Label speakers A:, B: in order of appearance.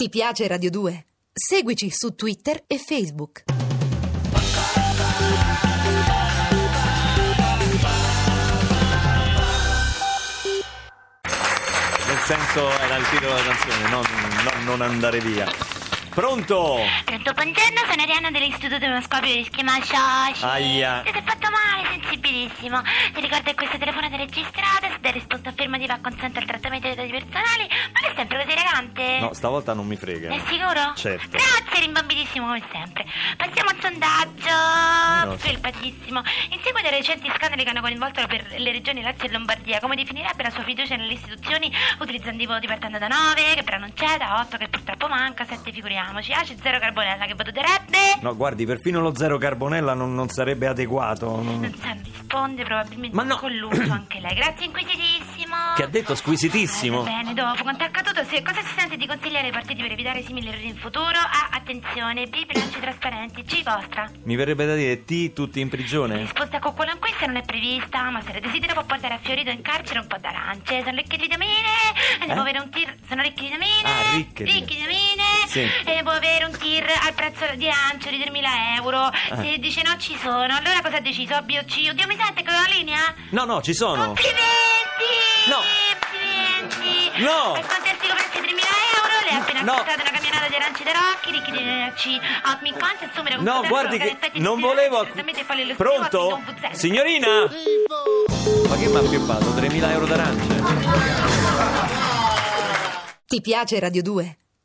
A: Ti piace Radio 2? Seguici su Twitter e Facebook.
B: Nel senso era il titolo della canzone, non, non- non andare via. Pronto?
C: Pronto, buongiorno, sono Arianna dell'Istituto Unoscopio di Schema Sciosci.
B: Aia.
C: Ti sei fatto male, sensibilissimo. Ti ricordo che questa telefonata è registrata, se dai risposta affermativa consente il trattamento dei dati personali, ma che è sempre così elegante.
B: No, stavolta non mi frega.
C: Sei sicuro?
B: Certo.
C: Grazie, rimbombidissimo come sempre. Passiamo al
B: No,
C: sondaggio.
B: Eh, sì.
C: Felpatissimo. In seguito ai recenti scandali che hanno coinvolto per le regioni Lazio e Lombardia, come definirebbe la sua fiducia nelle istituzioni utilizzando i voti partendo da 9, che però non c'è, da 8 che purtroppo manca, 7 figuriamoci. Ah, c'è 0 Carbonella che voto darebbe?
B: No, guardi, perfino lo zero carbonella non, non sarebbe adeguato.
C: Non
B: non-
C: sa, risponde probabilmente
B: Ma no.
C: con l'uso anche lei. Grazie, inquisitissimo.
B: Che ha detto squisitissimo.
C: Eh, Bene, dopo, quanto è accaduto, se, cosa si sente di consigliare ai partiti per evitare simili errori in futuro? A, attenzione, B, bilanci trasparenti, C, vostra.
B: Mi verrebbe da dire T tutti in
C: La
B: prigione.
C: risposta con qualunquista non è prevista, ma se la desidera può portare a Fiorito in carcere un po' d'arance. Sono ricche di vitamine, e
B: Eh?
C: ne può avere un tir... Sono ricche di vitamine,
B: Ah, ricche di-
C: ricche di vitamine,
B: Sì.
C: e ne può avere un tir al prezzo di lancio di 3.000 euro.
B: Ah.
C: Se dice no ci sono, allora cosa ha deciso? B o C? Oddio, mi sente con la linea?
B: No, no, ci
C: Ah,
B: sono.
C: Complimenti!
B: No.
C: Complimenti!
B: No.
C: Per fantastico prezzo di 3.000 euro, le ha appena
B: No.
C: acquistato una camionata di arance da Rocchi, ricchi di energia, ottimi conti, assumere un
B: No,
C: potere
B: guardi
C: per
B: che
C: effetti
B: non
C: di
B: volevo...
C: finanza, certamente poi le illustrazioni
B: Pronto?
C: ottimi con Buzzetto.
B: Signorina? Ma che mi ha pioppato? 3.000 euro d'arance?
A: Ti piace Radio 2?